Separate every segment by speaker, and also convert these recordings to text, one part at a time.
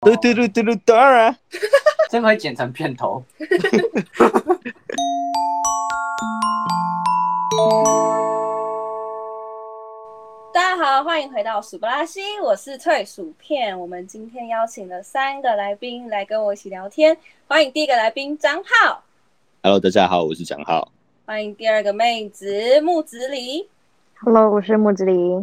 Speaker 1: 嘟嘟嘟嘟嘟，当然。
Speaker 2: 这会剪成片头。
Speaker 3: 大家好，欢迎回到数不拉西，我是脆薯片。我们今天邀请了三个来宾来跟我一起聊天。欢迎第一个来宾张浩，
Speaker 1: Hello，大家好，我是蒋浩。
Speaker 3: 欢迎第二个妹子木子李，
Speaker 4: Hello，我是木子林。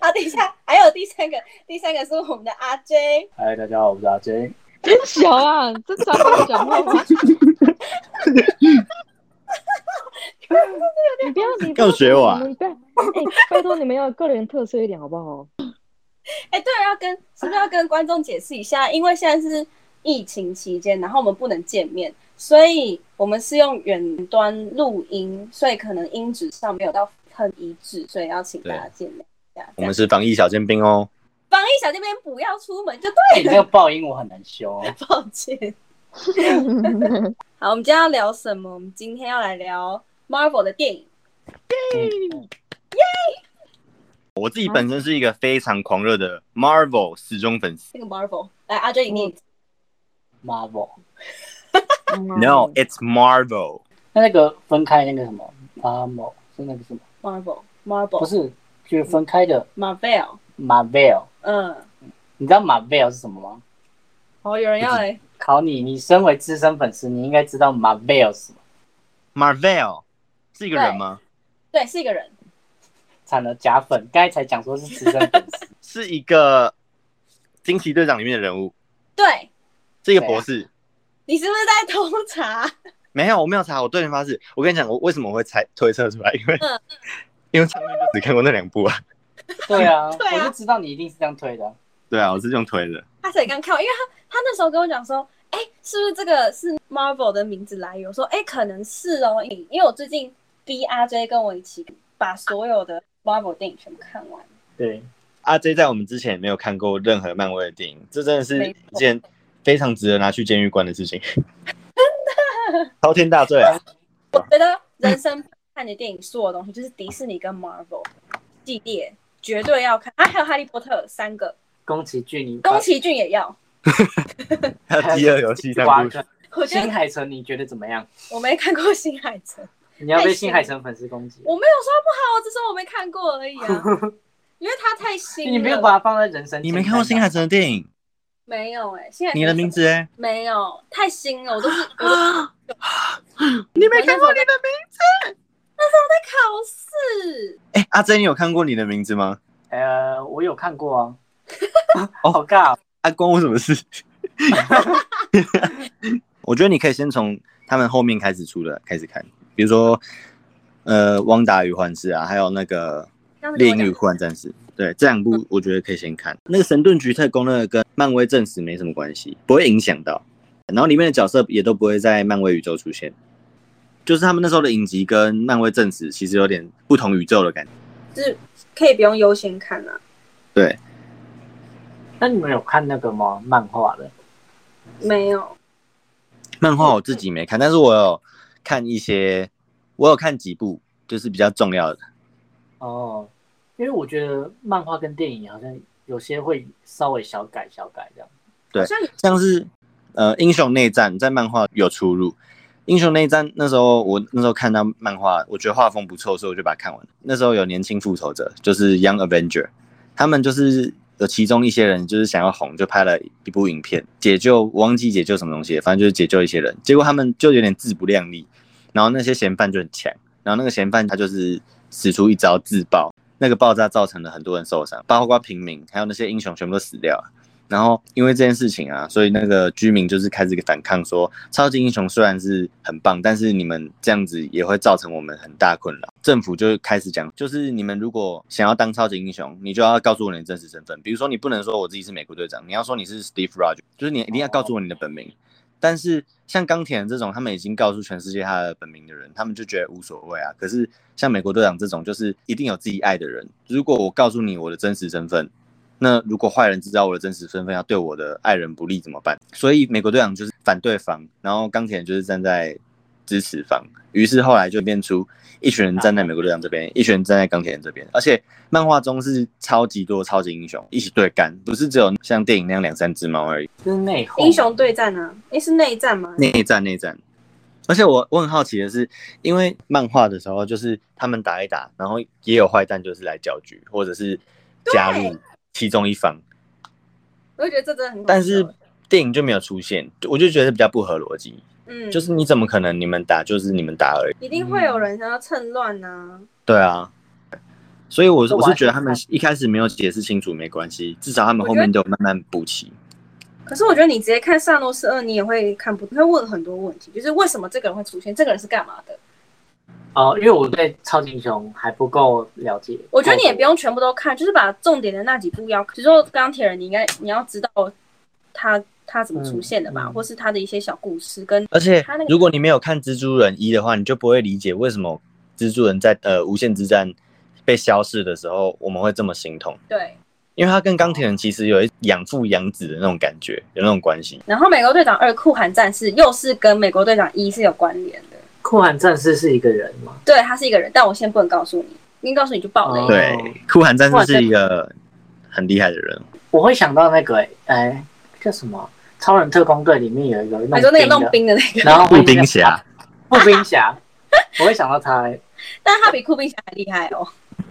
Speaker 3: 啊，等一下，还有第三个，第三个是我们的阿 J。
Speaker 2: 嗨，大家好，我是阿 J。
Speaker 4: 真小啊，这张好讲话 吗？你不要，你不
Speaker 1: 要学我啊
Speaker 4: 你们不要，哎、拜托你们要个人特色一点好不好？
Speaker 3: 哎，对，要跟是不是要跟观众解释一下？因为现在是疫情期间，然后我们不能见面，所以我们是用远端录音，所以可能音质上没有到很一致，所以要请大家见谅一下。
Speaker 1: 我们是防疫小尖兵哦。
Speaker 3: 防疫小这边不要出门 就
Speaker 2: 哎、
Speaker 3: 对
Speaker 2: 你
Speaker 3: 了
Speaker 2: 这。个爆音我很难修、哦。
Speaker 3: 抱歉。好，我们今天要聊什么？我们今天要来聊 Marvel 的电影。
Speaker 1: 我自己本身是一个非常狂热的 Marvel 死忠粉丝。
Speaker 3: 这个 Marvel，来阿 J 你念一次。
Speaker 2: Marvel，
Speaker 3: 嗯
Speaker 4: 嗯
Speaker 1: No，it's Marvel。
Speaker 2: 那那个分开那个什么 Marvel 是那个什么？不
Speaker 3: Marvel，Marvel，
Speaker 2: 是，就是分开的
Speaker 3: Marvel。
Speaker 2: Marvel。
Speaker 3: 嗯，
Speaker 2: 你知道 Marvel 是什么吗？
Speaker 3: 好，哦有人要来。
Speaker 2: 考你，你身为资深粉丝，你应该知道 Marvel 是什么。
Speaker 1: Marvel 是一个人吗？
Speaker 3: 对，是一个人。
Speaker 2: 惨了，假粉，刚才才讲说是资深粉 丝，
Speaker 1: 是一个惊奇队长里面的人物，
Speaker 3: 对，啊
Speaker 1: 是一个博士。
Speaker 3: 你是不是在偷查？
Speaker 1: 没有，我没有查，我对人发誓。我跟你讲，我为什么会猜推测出来，因为、
Speaker 3: 嗯
Speaker 1: 因为上面就只看过那两部啊。
Speaker 2: 对啊，
Speaker 3: 对啊
Speaker 2: 我就知道你一定是这样推的。
Speaker 1: 对啊，我是这样推的。
Speaker 3: 他才刚看完，因为他他那时候跟我讲说，哎、是不是这个是 Marvel 的名字来源？我说，哎、可能是哦，因为我最近逼阿 J 跟我一起把所有的 Marvel 电影全部看完。
Speaker 2: 对，
Speaker 1: 阿 J 在我们之前也没有看过任何漫威的电影，这真的是
Speaker 3: 没错
Speaker 1: 一件非常值得拿去监狱关的事情，真的，滔天大罪啊！
Speaker 3: 我觉得人生看的电影所有东西，就是迪士尼跟 Marvel 系列绝对要看啊，还有哈利波特三个，
Speaker 2: 宫崎骏你
Speaker 3: 宫崎骏也要。
Speaker 1: 还有《饥饿游戏》
Speaker 2: 挖
Speaker 1: 三部曲
Speaker 2: 坑，
Speaker 3: 我觉
Speaker 2: 新
Speaker 3: 得
Speaker 2: 海诚你觉得怎么样？
Speaker 3: 我没看过新海诚，
Speaker 2: 你要
Speaker 3: 太
Speaker 2: 被
Speaker 3: 新
Speaker 2: 新海诚粉丝攻击，
Speaker 3: 我没有说不好，我只说我没看过而已啊，因为它太新了。
Speaker 2: 你没有把它放在人生。
Speaker 1: 你没看过新海？诚的电影？
Speaker 3: 没有哎、新海诚
Speaker 1: 你的名字哎、
Speaker 3: 没有太新了，我都是我都你没看过你的名字？那时候在考试，
Speaker 1: 哎、阿 J，你有看过你的名字吗？
Speaker 2: 呃，我有看过啊。
Speaker 1: 哦
Speaker 2: 好尬 哦，
Speaker 1: 啊，关我什么事？ 我觉得你可以先从他们后面开始出的开始看，比如说呃，《汪达与幻视》啊，还有那个
Speaker 3: 刚
Speaker 1: 《
Speaker 3: 才
Speaker 1: 猎
Speaker 3: 跟
Speaker 1: 鹰
Speaker 3: 我
Speaker 1: 与
Speaker 3: 讲
Speaker 1: 酷玩战士》。对，这两部我觉得可以先看。那个《神盾局特工》那个跟漫威正史没什么关系，不会影响到。然后里面的角色也都不会在漫威宇宙出现，就是他们那时候的影集跟漫威正史其实有点不同宇宙的感觉。
Speaker 3: 就是可以不用优先看啊。
Speaker 1: 对，
Speaker 2: 那你们有看那个吗？漫画的？
Speaker 3: 没有，
Speaker 1: 漫画我自己没看，但是我有看一些，我有看几部，就是比较重要的。
Speaker 2: 哦，因为我觉得漫画跟电影好像有些会稍微小改小改这样。
Speaker 1: 对
Speaker 3: 好像
Speaker 1: 像是呃英雄内战在漫画有出入。英雄内战那时候我那时候看到漫画，我觉得画风不错，所以我就把它看完了。那时候有年轻复仇者，就是 Young Avenger，他们就是有其中一些人就是想要红，就拍了一部影片解救，我忘记解救什么东西了，反正就是解救一些人。结果他们就有点自不量力，然后那些嫌犯就很强，然后那个嫌犯他就是使出一招自爆，那个爆炸造成了很多人受伤，包括平民，还有那些英雄全部都死掉了。然后因为这件事情啊，所以那个居民就是开始反抗说，超级英雄虽然是很棒，但是你们这样子也会造成我们很大困扰。政府就开始讲，就是你们如果想要当超级英雄，你就要告诉我你的真实身份，比如说你不能说我自己是美国队长，你要说你是 Steve Rogers，就是你一定要告诉我你的本名。但是像钢铁人这种，他们已经告诉全世界他的本名的人，他们就觉得无所谓啊。可是像美国队长这种，就是一定有自己爱的人。如果我告诉你我的真实身份，那如果坏人知道我的真实身份，要对我的爱人不利怎么办？所以美国队长就是反对方，然后钢铁人就是站在支持方，于是后来就变出一群人站在美国队长这边，一群人站在钢铁人这边，而且漫画中是超级多超级英雄一起对干，不是只有像电影那样两三只猫而已，
Speaker 2: 就是内讧。
Speaker 3: 英雄对战呢？诶，是内战吗？
Speaker 1: 内战内战。而且我我很好奇的是，因为漫画的时候就是他们打一打，然后也有坏蛋就是来搅局，或者是加入其中一方，
Speaker 3: 我就觉得这真的很好笑。
Speaker 1: 但是电影就没有出现，我就觉得比较不合逻辑。
Speaker 3: 嗯，
Speaker 1: 就是你怎么可能你们打就是你们打而已？
Speaker 3: 一定会有人想要趁乱呐。
Speaker 1: 对啊，所以我是
Speaker 2: 这我
Speaker 1: 我
Speaker 2: 还
Speaker 1: 是觉得他们
Speaker 2: 想
Speaker 1: 一开始没有解释清楚没关系，至少他们
Speaker 3: 我
Speaker 1: 后
Speaker 3: 觉得
Speaker 1: 面都有慢慢补齐。
Speaker 3: 可是我觉得你直接看《萨诺斯二》，你也会看不，你会问很多问题，就是为什么这个人会出现，这个人是干嘛的？
Speaker 2: 哦，因为我对超级英雄还不够了解。哦
Speaker 3: 我觉得你也不用全部都看，就是把重点的那几部要，比如说钢铁人，你应该你要知道他他怎么出现的吧，
Speaker 2: 嗯嗯
Speaker 3: 或是他的一些小故事跟
Speaker 1: 而且
Speaker 3: 他那个
Speaker 1: 如果你没有看蜘蛛人一的话，你就不会理解为什么蜘蛛人在呃无限之战被消逝的时候，我们会这么心痛，
Speaker 3: 对。
Speaker 1: 因为他跟钢铁人其实有一养父养子的那种感觉，有那种关系。
Speaker 3: 然后美国队长二酷寒战士又是跟美国队长一是有关联的，
Speaker 2: 酷寒战士是一个人嘛？
Speaker 3: 对，他是一个人，但我先不能告诉你，因为告诉你就爆雷。
Speaker 2: 哦
Speaker 1: 对，酷寒战
Speaker 2: 哇
Speaker 1: 士
Speaker 2: 这
Speaker 1: 是一个很厉害的人，
Speaker 2: 我会想到那个哎、哎叫什么？超人特工队里面有一个
Speaker 3: 你说那个弄
Speaker 2: 弄冰
Speaker 3: 冰的那
Speaker 2: 的，
Speaker 3: 个，
Speaker 2: 然后
Speaker 1: 步兵 侠。
Speaker 2: 步兵侠，我会想到他、哎
Speaker 3: 但是他比酷冰侠还厉害哦。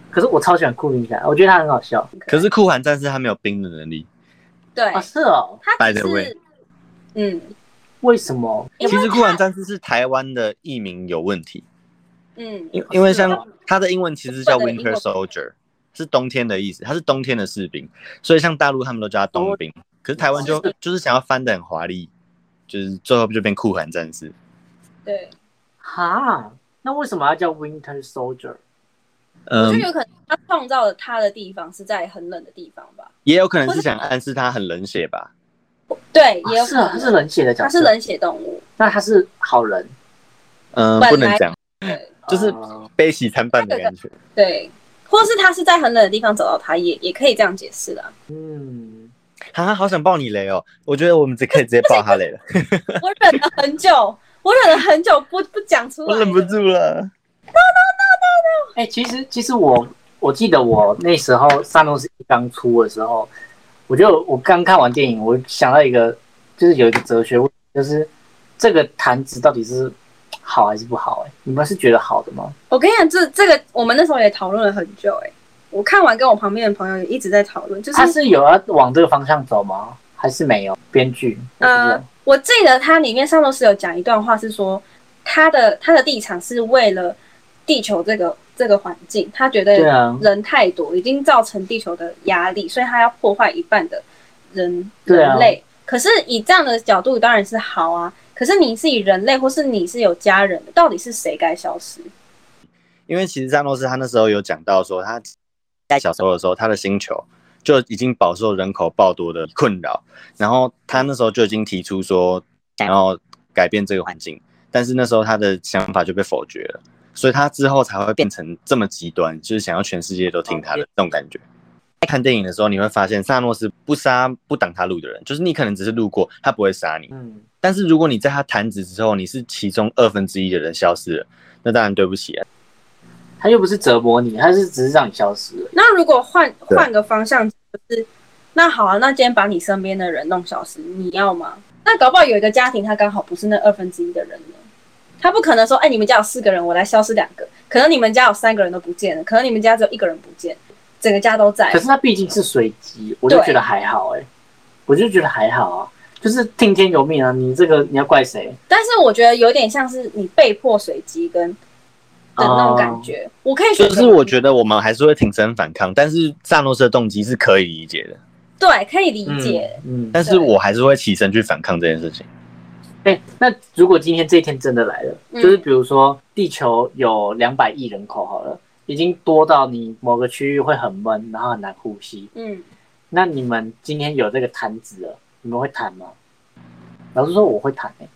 Speaker 2: 可是我超喜欢酷兵侠，我觉得他很好笑
Speaker 1: 可是酷寒战士他没有兵的能力，
Speaker 3: 对
Speaker 2: 啊。，是哦，
Speaker 3: 他
Speaker 1: By
Speaker 3: 只
Speaker 1: the way
Speaker 3: 是，嗯
Speaker 2: 为什么？
Speaker 3: 因为
Speaker 1: 其实酷寒战士是台湾的译名有问题。
Speaker 3: 嗯，
Speaker 1: 因因为
Speaker 2: 是
Speaker 1: 像
Speaker 2: 哦
Speaker 1: 它的英文其实叫
Speaker 3: 日本的英
Speaker 1: Winter
Speaker 3: 文
Speaker 1: Soldier，是冬天的意思，它是冬天的士兵，所以像大陆他们都叫它冬
Speaker 3: 哦
Speaker 1: 兵，可是台湾就就是想要翻的很华丽，就是最后就变酷寒战士，
Speaker 3: 对，
Speaker 2: 哈，那为什么要叫 Winter Soldier？
Speaker 3: 我觉
Speaker 1: 嗯
Speaker 3: 得，有可能他创造了他的地方是在很冷的地方吧。
Speaker 1: 也有可能是想暗示他很冷血吧，
Speaker 3: 对，也
Speaker 2: 啊
Speaker 3: 有
Speaker 2: 是
Speaker 3: 可
Speaker 2: 啊，他是
Speaker 3: 能。
Speaker 2: 冷血的角色，
Speaker 3: 他是，冷血动物，
Speaker 2: 那他是好人，
Speaker 1: 嗯，
Speaker 3: 本来
Speaker 1: 不能讲，
Speaker 3: 对
Speaker 1: 就是
Speaker 2: 哦
Speaker 1: 悲喜参半的感觉。
Speaker 3: 对，或是他是在很冷的地方找到他，也也可以这样解释 啦。
Speaker 2: 嗯，
Speaker 1: 啊，好想爆你雷哦！我觉得我们只可以直接爆他雷 了，
Speaker 3: 我忍了很久，我忍了很久不不讲出来，
Speaker 1: 我忍不。住了。
Speaker 2: 哎、其实其实我我记得我那时候《萨诺斯》刚出的时候，我就我刚看完电影，我想到一个，就是有一个哲学问题，就是这个弹指到底是好还是不好、哎，你们是觉得好的吗？
Speaker 3: 我跟你讲，这这个我们那时候也讨论了很久、哎，我看完跟我旁边的朋友也一直在讨论，就是
Speaker 2: 他是有要往这个方向走吗？还是没有？编剧，
Speaker 3: 呃
Speaker 2: 嗯，，
Speaker 3: 我记得它里面上头是有讲一段话，是说他的他的立场是为了地球这个这个环境，他觉
Speaker 2: 对
Speaker 3: 得
Speaker 2: 啊，
Speaker 3: 人太多，已经造成地球的压力，所以他要破坏一半的人
Speaker 2: 对啊
Speaker 3: 人类。可是以这样的角度当然是好啊，可是你是以人类或是你是有家人的，到底是谁该消失？
Speaker 1: 因为其实詹诺斯他那时候有讲到说，他在小时候的时候，他的星球就已经饱受人口暴多的困扰，然后他那时候就已经提出说想要改变这个环境，但是那时候他的想法就被否决了，所以他之后才会变成这么极端，就是想要全世界都听他的这种感觉。在看电影的时候，你会发现萨诺斯不杀不挡他路的人，就是你可能只是路过，他不会杀你。
Speaker 2: 嗯，
Speaker 1: 但是如果你在他弹指之后，你是其中二分之一的人消失了，那当然对不起啊。
Speaker 2: 他又不是折磨你，他是只是让你消失了。
Speaker 3: 那如果换
Speaker 1: 对
Speaker 3: 换个方向，就是那好啊，那今天把你身边的人弄消失，你要吗？那搞不好有一个家庭，他刚好不是那二分之一的人呢，他不可能说，哎、你们家有四个人，我来消失两个，可能你们家有三个人都不见了，可能你们家只有一个人不见，整个家都在
Speaker 2: 可。是他毕竟是随机，我就
Speaker 3: 对
Speaker 2: 觉得还好、哎，我就觉得还好啊，就是听天由命啊。你这个你要怪谁？
Speaker 3: 但是我觉得有点像是你被迫随机跟的那种感觉。我可以选
Speaker 1: 哦就
Speaker 3: 择
Speaker 1: 是我觉得我们还是会挺身反抗，但是萨诺斯的动机是可以理解的，
Speaker 3: 对，可以理解。
Speaker 2: 嗯，嗯，
Speaker 1: 但是我还是会起身去反抗这件事情。
Speaker 2: 哎、那如果今天这一天真的来了，
Speaker 3: 嗯
Speaker 2: 就是比如说地球有两百亿人口好了，已经多到你某个区域会很闷，然后很难呼吸。
Speaker 3: 嗯，
Speaker 2: 那你们今天有这个弹指了，你们会弹吗？老实说，我会弹、欸，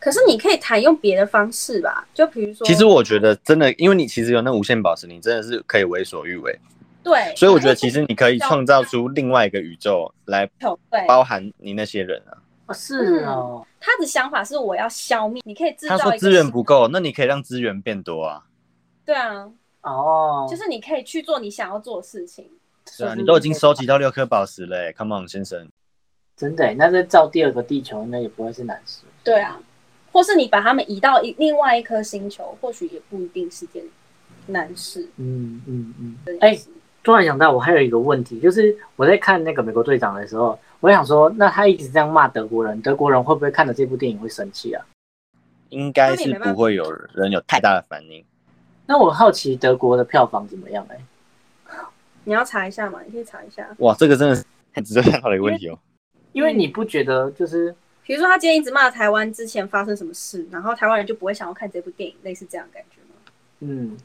Speaker 3: 可是你可以谈用别的方式吧，就比如说，
Speaker 1: 其实我觉得真的，因为你其实有那无限宝石，你真的是可以为所欲为，
Speaker 3: 对，
Speaker 1: 所以我觉得其实你可以创造出另外一个宇宙来
Speaker 3: 对。
Speaker 1: 包含你那些人啊。
Speaker 2: 哦是哦，
Speaker 3: 他的想法是我要消灭，你可以制
Speaker 1: 他
Speaker 3: 造
Speaker 1: 说
Speaker 3: 一个
Speaker 1: 资源
Speaker 3: 新
Speaker 1: 不够，那你可以让资源变多啊。
Speaker 3: 对啊，
Speaker 2: 哦，
Speaker 3: 就是你可以去做你想要做的事情。
Speaker 1: 对啊，
Speaker 2: 就是
Speaker 1: 你都已经收集到六颗宝石了、欸、，Come on，先生。
Speaker 2: 真的耶，欸那再造第二个地球，那也不会是难事。
Speaker 3: 对啊，或是你把他们移到一另外一颗星球，或许也不一定是件难事。
Speaker 2: 嗯嗯嗯。
Speaker 3: 哎、
Speaker 2: 突然想到，我还有一个问题，就是我在看那个美国队长的时候，我想说，那他一直这样骂德国人，德国人会不会看了这部电影会生气啊？
Speaker 1: 应该是不会有人有太大的反应。
Speaker 2: 那我好奇德国的票房怎么样、欸？哎，
Speaker 3: 你要查一下嘛，你可以查一下。
Speaker 1: 哇，这个真的是 很值得探讨的一个问题哦。
Speaker 2: 因为你不觉得就是
Speaker 3: 比如说他今天一直骂台湾之前发生什么事，然后台湾人就不会想要看这部电影，类似这样的感觉吗？
Speaker 2: 嗯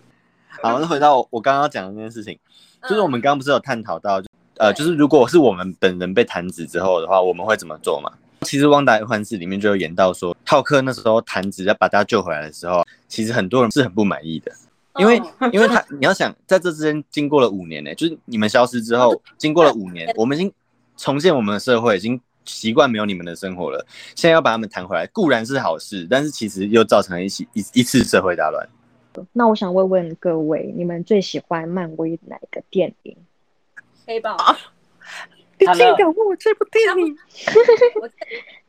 Speaker 1: 好，那回到我刚刚讲的那件事情，就是我们刚刚不是有探讨到，就呃，
Speaker 3: 嗯对
Speaker 1: 就是如果是我们本人被弹指之后的话，我们会怎么做嘛？其实《旺达与幻视》里面就有演到说，浩克那时候弹指要把大家救回来的时候，其实很多人是很不满意的，
Speaker 3: 嗯，
Speaker 1: 因为
Speaker 3: 嗯
Speaker 1: 因为他你要想，在这之间经过了五年呢、就是你们消失之后，经过了五年，我们已经重建我们的社会，已经习惯没有你们的生活了。现在要把他们弹回来，固然是好事，但是其实又造成了一起一一次社会大乱。
Speaker 4: 那我想问问各位，你们最喜欢漫威哪个电影？
Speaker 3: 黑豹，
Speaker 1: 啊
Speaker 2: 他呢？
Speaker 4: 问我这部电
Speaker 3: 影？我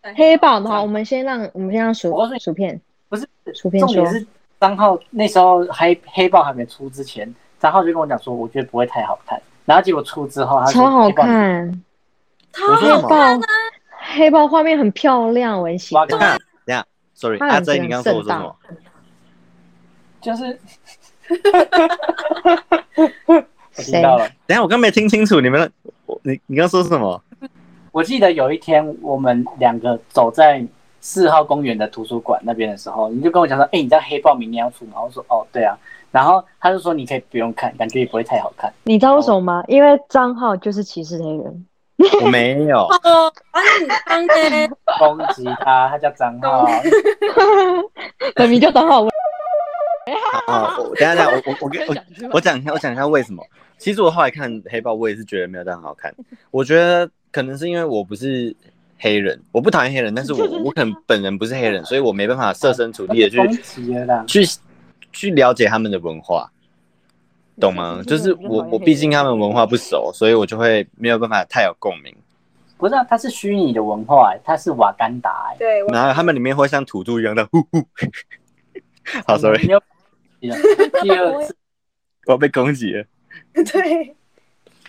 Speaker 3: 哎
Speaker 4: 黑豹的话，我们先让我们先让薯
Speaker 2: 我告诉你
Speaker 4: 薯片
Speaker 2: 不是
Speaker 4: 薯片
Speaker 2: 重
Speaker 4: 说
Speaker 2: 点，是张浩那时候黑黑豹还没出之前，张浩就跟我讲说，我觉得不会太好看。然后结果出之后，他说
Speaker 4: 超好
Speaker 2: 黑豹
Speaker 4: 看，
Speaker 3: 超
Speaker 1: 我说
Speaker 4: 黑
Speaker 1: 什
Speaker 3: 好
Speaker 1: 么
Speaker 3: 看，
Speaker 4: 豹黑豹画面很漂亮，我很喜
Speaker 2: 哇
Speaker 4: 欢。
Speaker 1: 等一下，等一下，sorry，
Speaker 4: 他很
Speaker 1: 阿 J，你刚刚说我说什
Speaker 4: 正
Speaker 1: 么？
Speaker 2: 就是我
Speaker 4: 谁
Speaker 2: 听到了。
Speaker 1: 等一下，我刚没听清楚，你们，我你你刚刚说什 么？
Speaker 2: 我记得有一天我们两个走在四号公园的图书馆那边的时候，你就跟我讲说：“哎、你知道黑豹明年要出吗？”我说：“哦，对啊。”然后他就说：“你可以不用看，感觉也不会太好看。
Speaker 4: 你知道为什么吗？因为张浩就是歧视黑人。
Speaker 1: 我没 有，
Speaker 3: 哦，啊，你当呢？”
Speaker 2: 攻击他，他叫张浩。
Speaker 4: 本名就张浩，我
Speaker 1: 好，好我哦等一下等一下，我我我跟我
Speaker 4: 讲出来
Speaker 1: 我讲一下，我讲一下为什么。其实我后来看《黑豹》，我也是觉得没有很好看。我觉得可能是因为我不是黑人，我不讨厌黑人，但 是我我可能本人不是黑人，所以我没办法设身处地的
Speaker 2: 攻
Speaker 1: 去
Speaker 2: 击了啦，
Speaker 1: 去去了解他们的文化，懂 吗？就是我我毕竟他们文化不熟，所以我就会没有办法太有共鸣。
Speaker 2: 不是、啊，他是虚拟的文化、欸，他是瓦干达、欸。
Speaker 3: 对，我
Speaker 1: 然后他们里面会像土著一样的呼 呼。好，sorry，啊
Speaker 2: 你又第二次，
Speaker 1: 我要被攻击了。
Speaker 3: 对，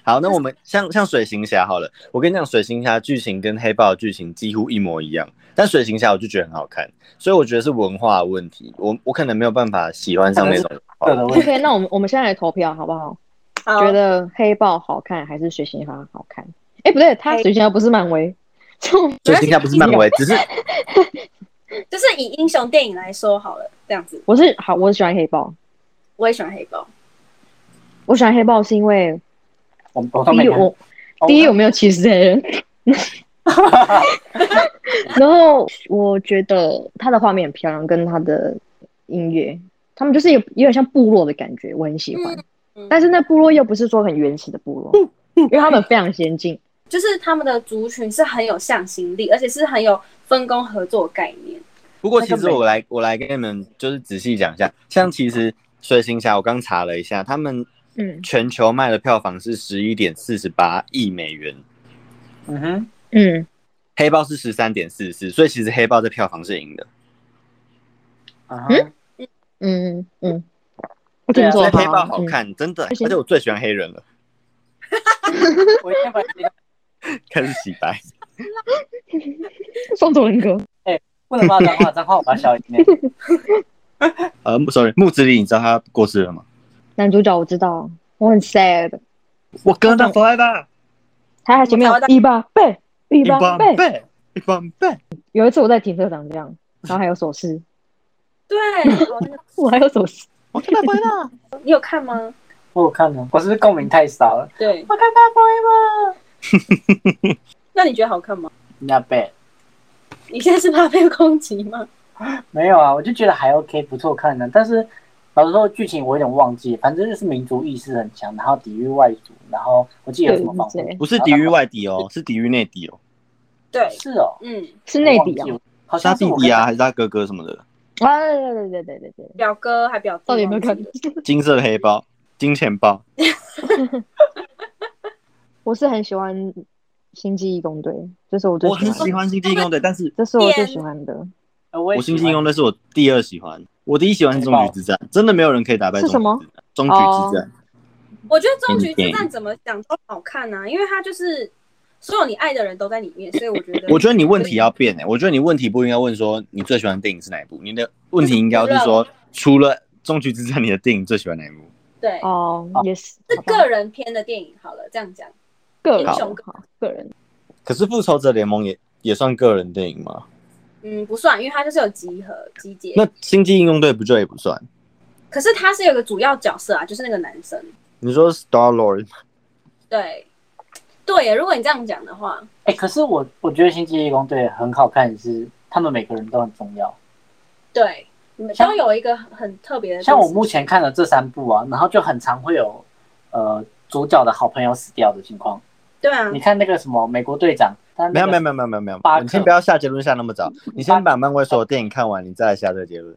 Speaker 1: 好，那我们像像水行侠好了，我跟你讲，水行侠剧情跟黑豹的剧情几乎一模一样，但水行侠我就觉得很好看，所以我觉得是文化问题，我我可能没有办法喜欢上那种哦文化。
Speaker 2: 这的问题。
Speaker 4: OK，那我们我们现在来投票好不好？
Speaker 3: 好
Speaker 4: 觉得黑豹好看还是水行侠好看？哎，不对，他
Speaker 3: 黑
Speaker 4: 水行侠不是漫威，
Speaker 1: 水行侠不是漫威，只是
Speaker 3: 就是以英雄电影来说好了，这样子，
Speaker 4: 我是好，我喜欢黑豹。
Speaker 3: 我也喜欢黑豹。
Speaker 4: 我喜欢黑豹是因为
Speaker 2: 我我都
Speaker 4: 第
Speaker 2: 没
Speaker 4: 一
Speaker 2: 看。哦
Speaker 4: 我第
Speaker 3: 哦
Speaker 4: 一我没有歧视黑人， 然后我觉得他的画面很漂亮，跟他的音乐，他们就是有有点像部落的感觉，我很喜欢。
Speaker 3: 嗯
Speaker 4: 但是那部落又不是说很原始的部落，嗯因为他们非常先进。
Speaker 3: 就是他们的族群是很有向心力，而且是很有分工合作概念。
Speaker 1: 不过其实我来我来跟你们就是仔细讲一下，像其实水行侠我刚查了一下，他们
Speaker 4: 嗯
Speaker 1: 全球卖的票房是十一点四十八亿美元，
Speaker 2: 嗯哼，
Speaker 4: 嗯，
Speaker 1: 黑豹是十三点四四，所以其实黑豹在票房是赢的。
Speaker 2: 嗯
Speaker 4: 嗯
Speaker 2: 哼，
Speaker 4: 嗯嗯，我
Speaker 2: 对啊
Speaker 4: 听
Speaker 1: 所
Speaker 4: 说
Speaker 1: 以黑豹
Speaker 4: 他
Speaker 1: 好，看，真的，而
Speaker 4: 行
Speaker 1: 且我最喜欢黑人了，
Speaker 2: 我一定把你
Speaker 1: 开始洗白。
Speaker 4: 嗯双重人格。
Speaker 2: 不能骂脏话，脏话我把它小 一点。
Speaker 1: 呃，sorry，木子李，你知道他过世了吗？
Speaker 4: 男主角我知道，我很 sad。
Speaker 1: 我跟他 forever，
Speaker 4: 他还前面有一八倍，一八倍。
Speaker 1: 倍，一般倍。
Speaker 4: 有一次我在停车场这 样，然后还有手势，
Speaker 3: 对，
Speaker 4: 我还有手 势。
Speaker 1: 我跟他 forever，
Speaker 3: 你有看吗？
Speaker 2: 我有看了，啊我是不是共鸣太少了？
Speaker 3: 对，
Speaker 2: 我看他不会吗？
Speaker 3: 那你觉得好看吗？
Speaker 2: 那呗，
Speaker 3: 你现在是怕被攻击吗？
Speaker 2: 没有啊，我就觉得还 OK，不错看的、但是老实说，剧情我有点忘记，反正就是民族意识很强，然后抵御外族，然后我记得有什么防
Speaker 4: 对
Speaker 2: 卫，
Speaker 1: 不是抵御外敌哦，是抵御内敌哦。
Speaker 3: 对，
Speaker 2: 是哦，
Speaker 3: 嗯，
Speaker 4: 是内地
Speaker 2: 我忘
Speaker 4: 啊
Speaker 2: 记了，好
Speaker 1: 是他
Speaker 2: 像是
Speaker 1: 弟
Speaker 2: 我
Speaker 1: 弟啊，还是他哥哥什么的？
Speaker 4: 啊，对对对对对对，
Speaker 3: 表哥还表弟，
Speaker 4: 到底有没有看
Speaker 3: 忘记了？
Speaker 1: 金色黑豹、金钱豹，
Speaker 4: 我是很喜欢《星际义工队》，这是我最
Speaker 1: 我
Speaker 4: 喜
Speaker 1: 很
Speaker 4: 欢
Speaker 1: 喜
Speaker 4: 的，
Speaker 1: 欢星际义工队，但是
Speaker 4: 这是我最
Speaker 3: 天
Speaker 4: 喜欢的。
Speaker 2: 跟？呃我
Speaker 1: 我星际义
Speaker 2: 用
Speaker 1: 工队是我第二喜欢，我第一喜欢是终局之战，真的没有人可以打败
Speaker 4: 是什么
Speaker 1: 终局之战终局之战，
Speaker 3: 我觉得《终局之
Speaker 1: 电
Speaker 3: 战》怎么讲都好看啊，因为它就是所有你爱的人都在里面，所以我觉得，
Speaker 1: 我觉得你问题要变欸诶、我觉得你问题不应该问说你最喜欢的电影是哪一部，你的问题应该是说除了终局之战，你的电影最喜欢哪一部？
Speaker 3: 对，
Speaker 4: 哦
Speaker 2: 好，
Speaker 4: 也是
Speaker 3: 是
Speaker 4: 好吧
Speaker 3: 个人片的电影好了，这样讲，
Speaker 4: 个人
Speaker 3: 英雄
Speaker 4: 好个人
Speaker 1: 可是复仇者联盟也也算个人电影吗？
Speaker 3: 嗯，不算，因为它就是有集合集结，
Speaker 1: 那星际义工队不就也不算？
Speaker 3: 可是他是有个主要角色啊，就是那个男生，
Speaker 1: 你说 Star Lord
Speaker 3: 对，对耶，如果你这样讲的话，
Speaker 2: 哎、可是我我觉得《星际义工队》很好看，是他们每个人都很重要。
Speaker 3: 对，你们都有一个很很特别的，
Speaker 2: 像我目前看了这三部啊，然后就很常会有呃主角的好朋友死掉的情况。
Speaker 3: 对
Speaker 4: 嗯
Speaker 3: 啊
Speaker 2: 你，看那个什么美国队长，他
Speaker 1: 没
Speaker 2: 那
Speaker 1: 有
Speaker 2: 个
Speaker 1: 没有没有没有没有没有
Speaker 2: 巴，克
Speaker 1: 你先不要下结论下那么早，你先把漫威所有电影看完，你再来下这个结论。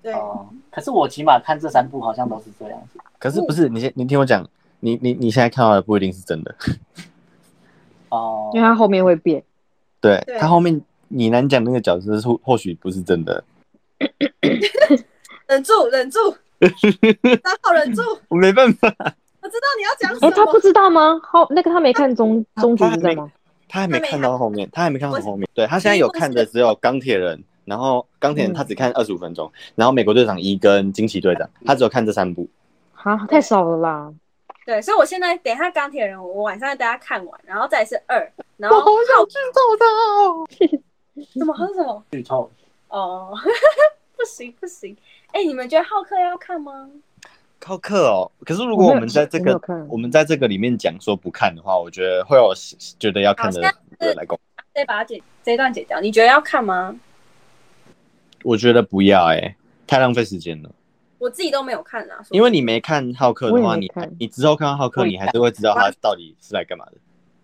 Speaker 3: 对
Speaker 2: 哦、可是我起码看这三部好像都是这样子。
Speaker 1: 可是不是你先你听我讲，你你你现在看到的不一定是真的，
Speaker 2: 哦、
Speaker 4: 因为他后面会变。
Speaker 1: 对
Speaker 3: 对
Speaker 1: 他后面你难讲那个角色是或或许不是真的。
Speaker 3: 忍住，忍住，三号忍住，
Speaker 1: 我没办法，
Speaker 3: 我知道你要讲什么，
Speaker 4: 哎、他不知道吗？好，那个他没看终
Speaker 1: 他
Speaker 4: 终局
Speaker 1: 他
Speaker 4: 之战
Speaker 1: 没
Speaker 4: 吗？
Speaker 1: 他还没看到后面，他还没看到后面。对他现在有看的只有钢铁人，然后钢铁人
Speaker 4: 嗯
Speaker 1: 他只看二十五分钟，然后美国队长一跟惊奇队长，他只有看这三部。
Speaker 4: 啊，太少了啦！
Speaker 3: 对，所以我现在等一下钢铁人，我晚上要大家看完，然后再是二，然
Speaker 4: 我好
Speaker 3: 后
Speaker 4: 想剧透他哦。
Speaker 3: 怎么还有什么
Speaker 2: 剧透
Speaker 3: 哦， 不行不行，哎，你们觉得浩克要看吗？
Speaker 1: 靠克哦，可是如果
Speaker 4: 我没有
Speaker 1: 我们在这
Speaker 4: 我没有
Speaker 1: 个
Speaker 4: 看
Speaker 1: 我们在这个里面讲说不看的话，我觉得会有我觉得要看的
Speaker 3: 好
Speaker 1: 人来讲，
Speaker 3: 再把它剪这一段剪掉，你觉得要看吗？
Speaker 1: 我觉得不要哎、太浪费时间了。
Speaker 3: 我自己都没有看啊，
Speaker 1: 因为你没看浩克的
Speaker 4: 我
Speaker 1: 话，
Speaker 4: 也没
Speaker 1: 你
Speaker 4: 看
Speaker 1: 你之后看到浩克，
Speaker 2: 我也
Speaker 1: 你还是会知道他到底是来干嘛的。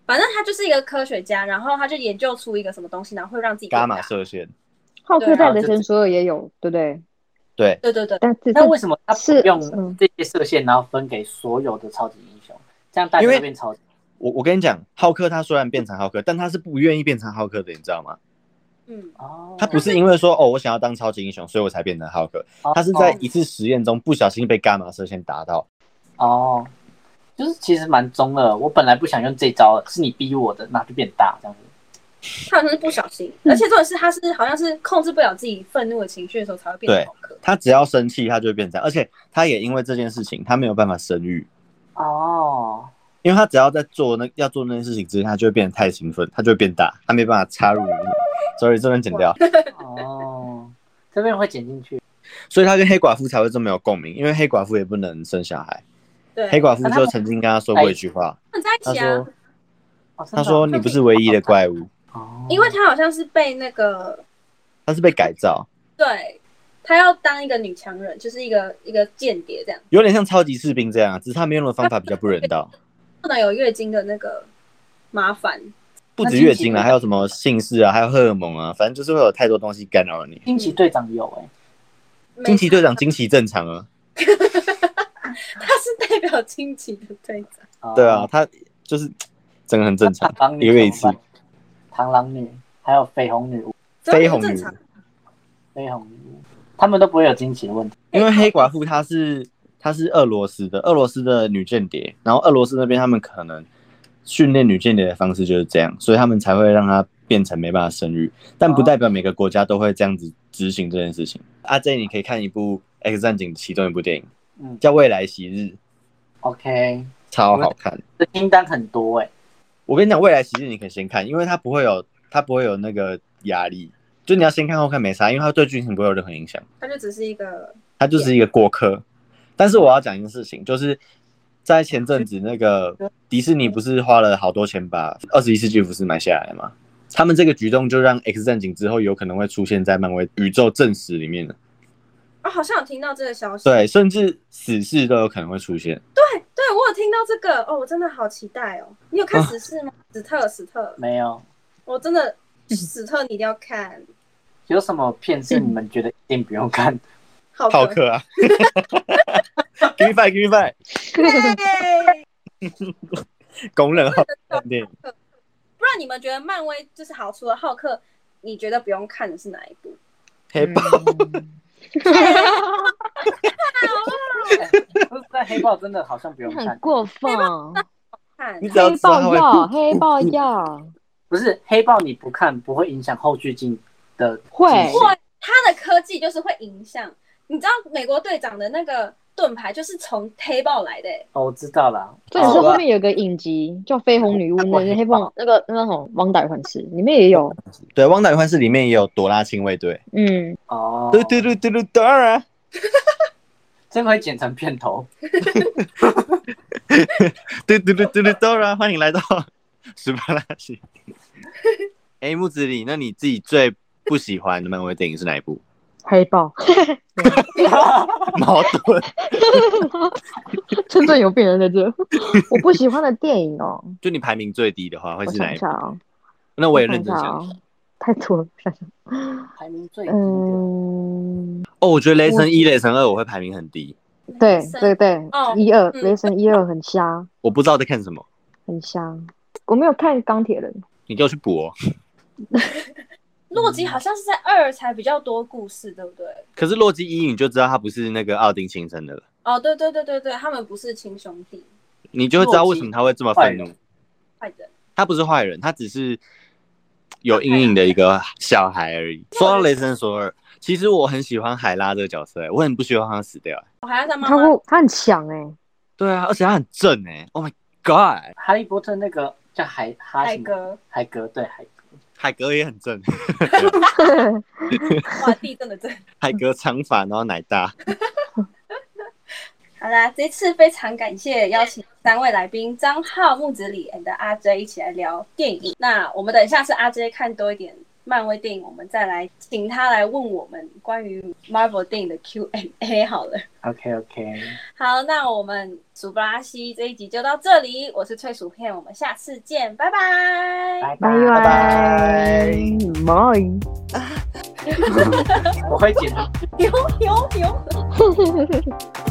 Speaker 3: 反正他就是一个科学家，然后他就研究出一个什么东西，然后会让自己变
Speaker 1: 伽
Speaker 3: 大
Speaker 1: 马射线，
Speaker 4: 浩克在《
Speaker 1: 对啊
Speaker 4: 雷神索尔》也有，对不对？
Speaker 1: 对，
Speaker 3: 对对对，
Speaker 4: 但是
Speaker 2: 那为什么他不
Speaker 4: 是
Speaker 2: 用
Speaker 4: 嗯
Speaker 2: 这些射线，然后分给所有的超级英雄，这样大
Speaker 1: 因
Speaker 2: 家
Speaker 1: 为
Speaker 2: 都变超级？
Speaker 1: 我我跟你讲，浩克他虽然变成浩克，但他是不愿意变成浩克的，你知道吗？
Speaker 3: 嗯，
Speaker 2: 哦，
Speaker 1: 他不是因为说哦，我想要当超级英雄，所以我才变成浩克，
Speaker 2: 哦，
Speaker 1: 他是在
Speaker 2: 哦
Speaker 1: 一次实验中不小心被伽马射线打到。
Speaker 2: 哦，就是其实蛮中二。我本来不想用这招，是你逼我的，那就变大这样子。
Speaker 3: 他好像是不小心，
Speaker 1: 嗯
Speaker 3: 而且重点是他是好像是控制不了自己愤怒的情绪的时候才会变成
Speaker 1: 对
Speaker 3: 浩克。
Speaker 1: 他只要生气，他就会变这样，而且他也因为这件事情，他没有办法生育。
Speaker 2: 哦，
Speaker 1: 因为他只要在做那要做那件事情之前，他就会变得太兴奋，他就会变大，他没办法插入你。sorry，这边剪掉，
Speaker 2: 哦，这边会剪进去。
Speaker 1: 所以他跟黑寡妇才会这么有共鸣，因为黑寡妇也不能生小孩。
Speaker 3: 对，
Speaker 1: 黑寡妇就曾经跟他说过一句话，
Speaker 3: 他们在
Speaker 1: 他
Speaker 3: 一起啊
Speaker 1: 说，：“
Speaker 2: 哦真的
Speaker 1: 他
Speaker 2: 哦
Speaker 1: 说你不是唯一的怪物，
Speaker 2: 哦，
Speaker 3: 因为他好像是被那个
Speaker 1: 他是被改造，
Speaker 3: 对，他要当一个女强人，就是一个一个间谍这样，
Speaker 1: 有点像超级士兵这样，只是他们用的方法比较不人道，
Speaker 3: 不能有月经的那个麻烦。
Speaker 1: 不止月经了，还有什么姓氏啊，还有荷尔蒙啊，反正就是会有太多东西干扰了你。
Speaker 2: 惊奇队长有哎、
Speaker 3: 没
Speaker 1: 惊奇队长惊奇正常啊，
Speaker 3: 他是代表惊奇的队长，
Speaker 2: 哦
Speaker 1: 对啊，，他就是整个很正常
Speaker 2: 螳，螂女
Speaker 1: 一个月一次
Speaker 2: 怎么办，螳螂女还有绯红女巫，
Speaker 1: 绯红
Speaker 3: 正
Speaker 1: 女
Speaker 3: 常。
Speaker 2: 绯红女巫，他们都不会有惊奇的问题。
Speaker 1: 因为黑寡妇她是她是俄罗斯的，俄罗斯的女间谍，然后俄罗斯那边他们可能训练女间谍的方式就是这样，所以他们才会让她变成没办法生育，但不
Speaker 2: 哦
Speaker 1: 代表每个国家都会这样子执行这件事情。阿 J，你可以看一部《X 战警》其中一部电影，
Speaker 2: 嗯
Speaker 1: 叫《未来昔日》，
Speaker 2: ，OK，
Speaker 1: 超好看。
Speaker 2: 这清单很多哎、
Speaker 1: 我跟你讲，《未来昔日》你可以先看，因为它不会有它不会有那个压力，就你要先看后看没啥，因为它对剧情不会有任何影响。
Speaker 3: 他就只是一个
Speaker 1: 他就是一个过客。但是我要讲一件事情，就是在前阵子那个迪士尼不是花了好多钱把《二十一世纪福斯》买下来吗？他们这个举动就让《X 战警》之后有可能会出现在漫威宇宙正史里面的，
Speaker 3: 哦，好像有听到这个消息。
Speaker 1: 对，甚至死侍都有可能会出现。
Speaker 3: 对，我有听到
Speaker 1: 啊
Speaker 3: 这个哦，我真的好期待哦。你有看史事吗？史特，史特，
Speaker 2: 没有，
Speaker 3: 我真的史特你一定要看，
Speaker 2: 有什么片是
Speaker 4: 嗯
Speaker 2: 你们觉得一定不用看？
Speaker 3: 浩
Speaker 1: 浩
Speaker 3: 克，
Speaker 1: 克啊 ，Give me five，Give me five，
Speaker 3: 对
Speaker 1: 公认浩克看电影。
Speaker 3: 不然你们觉得漫威就是好，除了浩克，你觉得不用看的是哪一 部？
Speaker 1: 黑豹，
Speaker 4: 嗯
Speaker 3: 啊
Speaker 2: 但黑豹真的好像不用
Speaker 4: 你很
Speaker 2: 看，
Speaker 4: 过分啊，
Speaker 3: 看
Speaker 1: 你，只要
Speaker 4: 黑
Speaker 1: 知道他
Speaker 4: 豹
Speaker 1: 会
Speaker 4: 要黑豹要
Speaker 2: 不是黑豹你不看不会影响后续进的
Speaker 4: 会
Speaker 2: 进行
Speaker 3: 会，他的科技就是会影响。你知道美国队长的那个盾牌就是从黑豹来的、欸，
Speaker 2: 哦，我知道哦了。
Speaker 4: 重点是
Speaker 2: 好吧
Speaker 4: 后面有个影集叫《绯红女巫》，
Speaker 2: 看过
Speaker 4: 那个
Speaker 2: 黑
Speaker 4: 黑
Speaker 2: 豹
Speaker 4: 豹那个那个什么汪达与幻视里面也有，
Speaker 1: 对，《汪达与幻视》里面也有朵拉亲卫队，
Speaker 4: 嗯，
Speaker 2: 哦，
Speaker 1: 嘟嘟，嘟嘟嘟嘟啊！
Speaker 2: 这个会剪成片 头。
Speaker 1: 嘟嘟嘟嘟嘟嘟啦！欢迎来到 十八拉西。哎，木子李，那你自己最不喜欢的漫威电影是哪一 部？
Speaker 4: 黑豹
Speaker 1: 矛盾，
Speaker 4: 真正有病人在这。 我不喜欢的电影哦，
Speaker 1: 就你排名最低的话会
Speaker 4: 我
Speaker 1: 是
Speaker 4: 想
Speaker 1: 哪
Speaker 4: 一
Speaker 1: 一部
Speaker 4: 下？哦，
Speaker 1: 那我也认真
Speaker 4: 想一
Speaker 1: 想。
Speaker 4: 下哦， 太多了，想想，
Speaker 2: 排名最低的，
Speaker 4: 嗯，
Speaker 1: 哦，我觉得雷神一、雷神二我会排名很低，
Speaker 4: 对
Speaker 3: 神
Speaker 4: 对对
Speaker 3: 哦，
Speaker 4: 一二
Speaker 3: 嗯
Speaker 4: 雷神一二很瞎
Speaker 1: 我不知道在看什么，
Speaker 4: 很瞎，我没有看钢铁人，
Speaker 1: 你给我去补哦。
Speaker 3: 洛基好像是在二才比较多故事，对不对？
Speaker 1: 可是洛基一你就知道他不是那个奥丁亲生的了，
Speaker 3: 哦，对对对对对，他们不是亲兄弟，
Speaker 1: 你就会知道为什么他会这么愤
Speaker 2: 洛
Speaker 1: 怒。
Speaker 3: 坏人。
Speaker 1: 他不是坏人，他只是有阴影的一个小孩而 已。说到雷神索尔，其实我很喜欢海拉这个角色、欸，我很不希望他死掉、欸。
Speaker 3: 我还要当妈
Speaker 4: 他
Speaker 3: 妈，
Speaker 4: 会他很强哎，
Speaker 1: 对啊，而且他很正哎、o h my god，
Speaker 2: 哈利波特那个叫海哈
Speaker 3: 海
Speaker 2: 什么，
Speaker 3: 哥，
Speaker 2: 海格对海格，
Speaker 1: 海格也很正，
Speaker 3: 哇，地震的震。
Speaker 1: 海格长发然后奶大，
Speaker 3: 好啦，这次非常感谢邀请三位来宾张浩、木子李 and 阿 J 一起来聊电影。那我们等一下是阿 J 看多一点漫威电影，我们再来请他来问我们关于 Marvel 电影的 Q&A 好了。
Speaker 2: OK OK，
Speaker 3: 好，那我们鼠布拉西这一集就到这里，我是脆薯片，我们下次见，拜拜。
Speaker 2: 拜
Speaker 4: 拜
Speaker 2: 拜，
Speaker 1: 拜
Speaker 4: 拜。
Speaker 2: 我会剪成
Speaker 3: 有有有。
Speaker 4: 拜